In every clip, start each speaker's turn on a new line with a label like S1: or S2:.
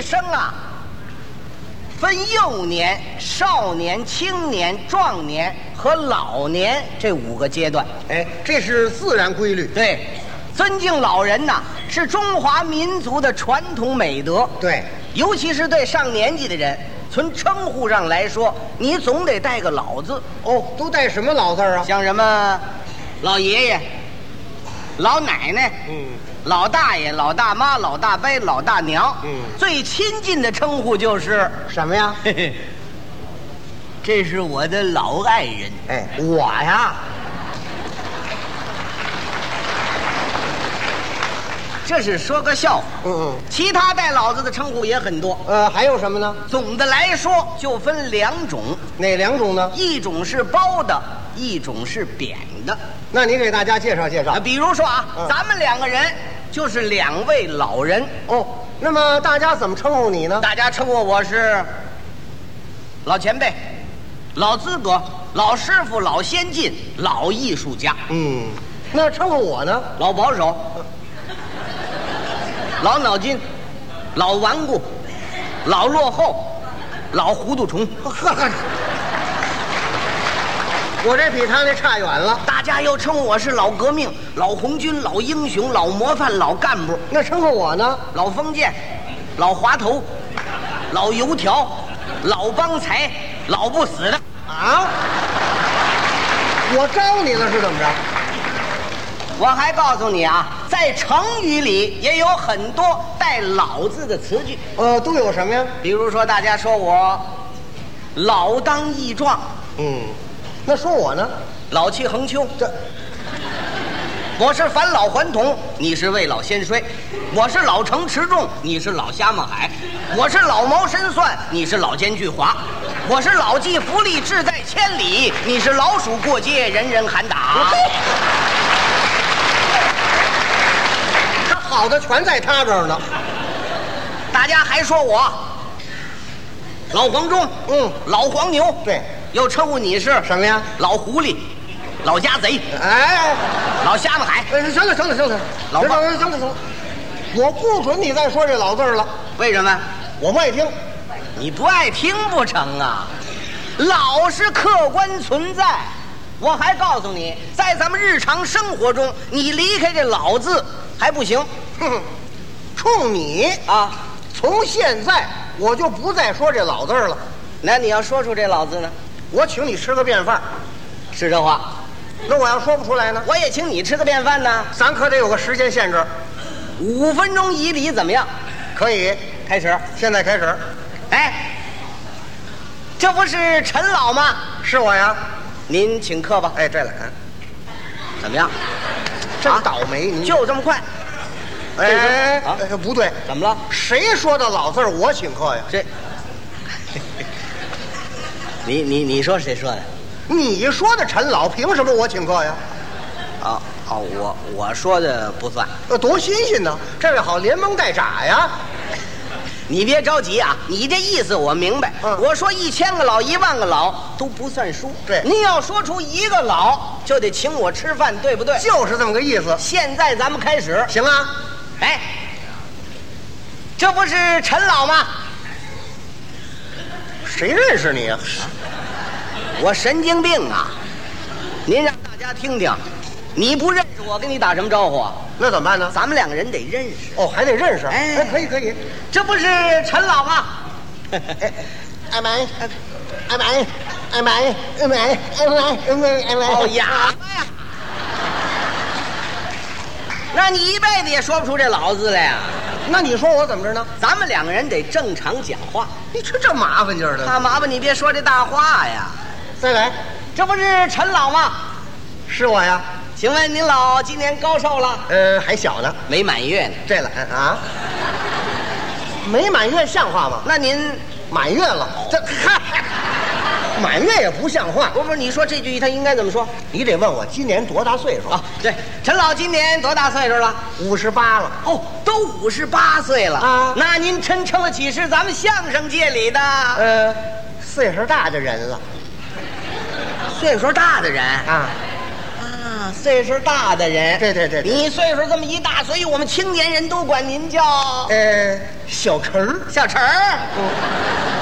S1: 生啊，分幼年、少年、青年、壮年和老年这五个阶段。
S2: 哎，这是自然规律。
S1: 对，尊敬老人呐、是中华民族的传统美德。
S2: 对，
S1: 尤其是对上年纪的人，从称呼上来说，你总得带个“老”字，
S2: 哦，都带什么老字儿啊？
S1: 像什么老爷爷、老奶奶、
S2: 嗯，
S1: 老大爷、老大妈、老大伯、老大娘。
S2: 嗯
S1: 最亲近的称呼就是，
S2: 什么呀？
S1: 嘿嘿， 这是我的老爱人。
S2: 哎，我呀，
S1: 这是说个笑话。
S2: 嗯嗯，
S1: 其他带“老”字的称呼也很多。
S2: 呃，还有什么呢？
S1: 总的来说，就分两种，
S2: 哪两种呢？
S1: 一种是包的，一种是扁的。
S2: 那你给大家介绍介
S1: 啊，
S2: 绍。
S1: 比如说啊，
S2: 嗯
S1: 咱们两个人就是两位老人，
S2: 哦，那么大家怎么称呼你呢？
S1: 大家称呼我是老前辈、老资格、老师傅、老先进、老艺术家、
S2: 嗯，那称呼我呢？
S1: 老保守、老脑筋、老顽固、老落后、老糊涂虫。
S2: 呵呵，我这比他那差远了。
S1: 大家又称我是老革命、老红军、老英雄、老模范、老干部、
S2: 那称呼我呢？
S1: 老封建、老滑头、老油条、老帮财、老不死的。
S2: 啊？我招你了是怎么着？
S1: 我还告诉你啊，在成语里也有很多带“老”字的词句，
S2: 呃，都有什么呀？
S1: 比如说大家说我老当益壮、
S2: 嗯，那说我呢？
S1: 老气横秋，
S2: 这
S1: 我是返老还童，你是未老先衰；我是老成持重，你是老瞎么海；我是老谋深算，你是老奸巨猾；我是老骥伏枥，志在千里，你是老鼠过街，人人喊打。
S2: 他好的全在他这儿呢。
S1: 大家还说我老黄忠，
S2: 嗯
S1: 老黄牛，
S2: 对，
S1: 又称呼你是
S2: 什么呀？
S1: 老狐狸、老家贼、
S2: 哎，
S1: 老瞎么海，
S2: 哎行了行了行了，
S1: 老
S2: 行
S1: 爸
S2: 了行了行了，我不准你再说这老字儿了，
S1: 为什么？
S2: 我不爱听。
S1: 你不爱听不成啊？老是客观存在。我还告诉你，在咱们日常生活中，你离开这“老”字还不行
S2: 哼，冲你，
S1: 啊。
S2: 从现在我就不再说这老字儿了。
S1: 那你要说出这“老”字呢？
S2: 我请你吃个便饭，
S1: 是这话，
S2: 那我要说不出来呢，
S1: 我也请你吃个便饭呢。
S2: 咱可得有个时间限制。
S1: 五分钟以里怎么样？
S2: 可以，
S1: 开始。
S2: 现在开始，
S1: 哎，这不是陈老吗？
S2: 是我呀。
S1: 您请客吧。
S2: 哎，对了，哎
S1: 怎么样？
S2: 真
S1: 啊
S2: 倒霉，你
S1: 就这么快？
S2: 哎哎
S1: 啊
S2: 哎，不对，
S1: 怎么了？
S2: 谁说的老字儿我请客呀？
S1: 这， 你你你说谁说的？
S2: 你说的陈老，凭什么我请客呀？
S1: 啊啊，我我说的不算。
S2: 呃，多新鲜呢！这位好，连蒙带眨呀，
S1: 你别着急啊，你这意思我明白。
S2: 嗯
S1: 我说一千个老，一万个老都不算数。
S2: 对
S1: 您要说出一个老，就得请我吃饭，对不对？
S2: 就是这么个意思。
S1: 现在咱们开始。
S2: 行啊，
S1: 哎，这不是陈老吗？
S2: 谁认识你啊？
S1: 我神经病啊！您让大家听听，你不认识我，跟你打什么招呼啊？
S2: 那怎么办呢？
S1: 咱们两个人得认识。
S2: 哦，还得认识。
S1: 哎
S2: 哎，可以可以。
S1: 这不是陈老吗？
S2: 哎妈，哎妈，哎妈，哎妈，哎妈，哎妈，哎妈。
S1: 哦，哑巴呀！那你一辈子也说不出这老字来呀、啊
S2: 那你说我怎么着呢？
S1: 咱们两个人得正常讲话，
S2: 你这这麻烦劲儿的。
S1: 大麻烦你别说这大话呀！
S2: 再来，
S1: 这不是陈老吗？
S2: 是我呀。
S1: 请问您老今年高寿了？
S2: 呃，还小呢，
S1: 没满月呢。
S2: 这懒啊，没满月像话吗？
S1: 那您
S2: 满月了，这嗨，满月也不像话。
S1: 不不，你说这句他应该怎么说
S2: 你得问我今年多大岁数
S1: 啊？对，陈老今年多大岁数了？
S2: 五十八了。
S1: 哦，都五十八岁了
S2: 啊
S1: 那您真称得起是咱们相声界里的
S2: 呃，岁数大的人了
S1: 岁数大的人
S2: 啊，
S1: 啊啊，岁数大的人。
S2: 对对对对
S1: 你岁数这么一大，所以我们青年人都管您叫
S2: 呃，小陈儿，
S1: 小陈儿。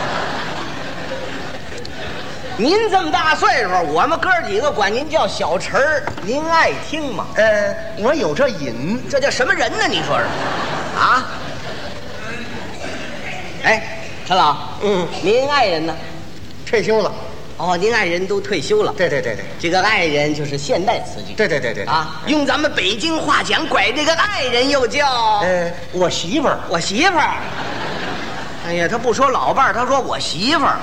S1: 您这么大岁数，我们哥几个管您叫小陈儿，您爱听吗？
S2: 呃，我有这瘾，
S1: 这叫什么人呢？你说是？啊？哎，陈老，
S2: 嗯
S1: 您爱人呢？
S2: 退休了。
S1: 哦，您爱人都退休了。
S2: 对对对对，
S1: 这个爱人就是现代词句。
S2: 对对对对，
S1: 啊，用咱们北京话讲，拐这个爱人又叫
S2: 呃，我媳妇儿，
S1: 我媳妇儿。哎呀，他不说老伴儿，他说我媳妇儿。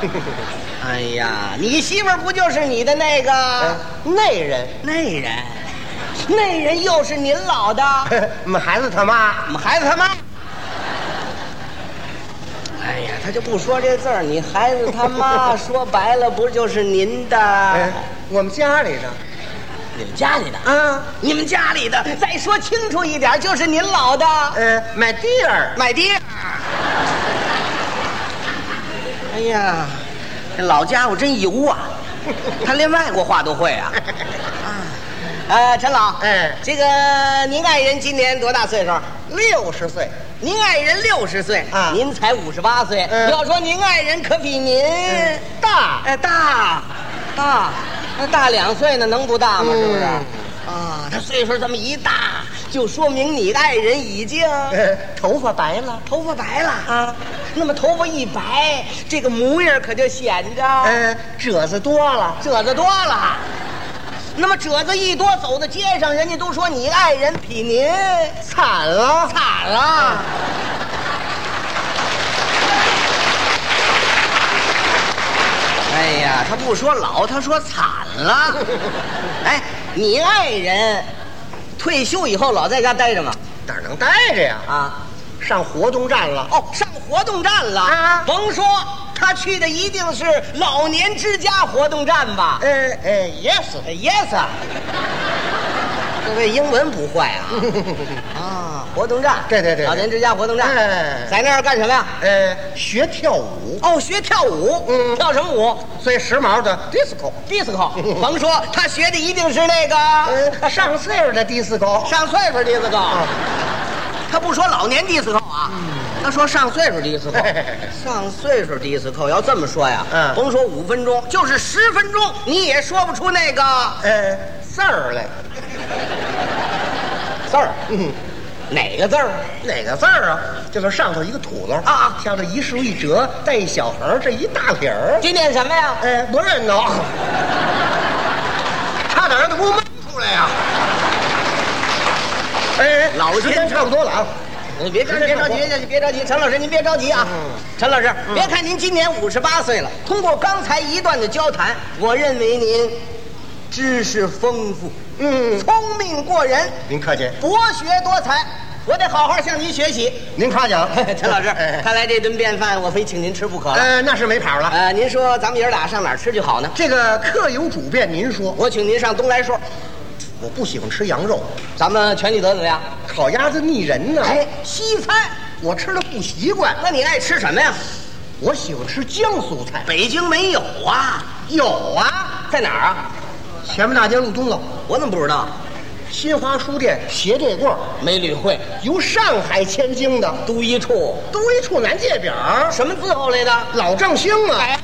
S1: 哎呀，你媳妇儿不就是你的那个
S2: 内人，
S1: 那人？那人又是您老的？
S2: 呃我们孩子他妈
S1: 我，们孩子他妈。哎呀，他就不说这字儿，你孩子他妈说白了不就是您的
S2: 呃，，我们家里的，
S1: 你们家里的，
S2: 啊，
S1: 你们家里的。再说清楚一点，就是您老的
S2: 呃，买地儿，
S1: 买地儿。哎呀，这老家伙真油啊，他连外国话都会啊。啊，呃，陈老，
S2: 哎
S1: 这个您爱人今年多大岁数？
S2: 六十岁，
S1: 您爱人六十岁
S2: 啊
S1: 您才五十八岁。
S2: 嗯
S1: 要说您爱人可比您、
S2: 大
S1: 哎大，大，那大两岁呢，能不大吗？
S2: 嗯
S1: 是不是？啊，他岁数这么一大，就说明你爱人已经
S2: 呃，头发白了，
S1: 头发白了啊。那么头发一白，这个模样可就显着
S2: 呃，褶子多了，
S1: 褶子多了。那么褶子一多，走到街上，人家都说你爱人比您
S2: 惨了，
S1: 惨了。哎呀，他不说老，他说惨了。 哎，你爱人退休以后老在家待着吗？
S2: 哪儿能待着呀？
S1: 啊，
S2: 上活动站了，
S1: 哦，上活动站了
S2: 啊
S1: 甭说他去的一定是老年之家活动站吧？
S2: 呃呃，yes，
S1: 呃 Yes，啊各位英文不坏啊！啊，活动站，
S2: 对对对对
S1: 老年之家活动站，
S2: 哎
S1: 在那儿干什么呀？
S2: 呃，学跳舞，
S1: 哦，学跳舞，
S2: 嗯
S1: 跳什么舞
S2: 最时髦的 disco，
S1: ？disco，甭 说他学的一定是那个
S2: 呃，上岁数的 disco，
S1: 上岁数 disco，他不说老年 disco 啊，他说上岁数 disco，
S2: 嗯嘿嘿嘿
S1: 上岁数 disco 要这么说呀，
S2: 嗯
S1: 甭说五分钟，就是十分钟你也说不出那个
S2: 呃，字儿来，
S1: 字儿，
S2: 嗯。
S1: 哪个字儿？
S2: 哪个字儿啊？就是上头一个土字儿
S1: 啊
S2: 下头一竖一折，带一小横儿，这一大撇儿。
S1: 这念什么呀？
S2: 哎，不认得， 差点让他给我蒙出来呀、哎，
S1: 老
S2: 时间
S1: 先生
S2: 差不多了啊。
S1: 你别着急，别着急，别着急，陈老师您别着急啊。
S2: 嗯
S1: 陈老师，别看您今年五十八岁了，通过刚才一段的交谈，我认为您知识丰富，
S2: 嗯，
S1: 聪明过人，
S2: 您客气，
S1: 博学多才，我得好好向您学习。
S2: 您夸奖，
S1: 陈老师，
S2: 哎
S1: 看来这顿便饭我非请您吃不可了。
S2: 呃，那是没跑了。
S1: 呃，您说咱们爷儿俩上哪儿吃去好呢？
S2: 这个客有主便，您说，
S1: 我请您上东来顺，
S2: 我不喜欢吃羊肉，
S1: 咱们全聚德怎么样？
S2: 烤鸭子腻人呢，
S1: 哎，西餐，
S2: 我吃的不习惯。
S1: 那你爱吃什么呀？
S2: 我喜欢吃江苏菜，
S1: 北京没有啊，
S2: 有啊，
S1: 在哪儿啊？
S2: 前面大街路东了。
S1: 我怎么不知道？
S2: 新华书店斜对过，
S1: 没理会，
S2: 由上海迁京的，
S1: 都一处
S2: 都一处南界表，
S1: 什么字后来的？
S2: 老正兴啊，
S1: 哎，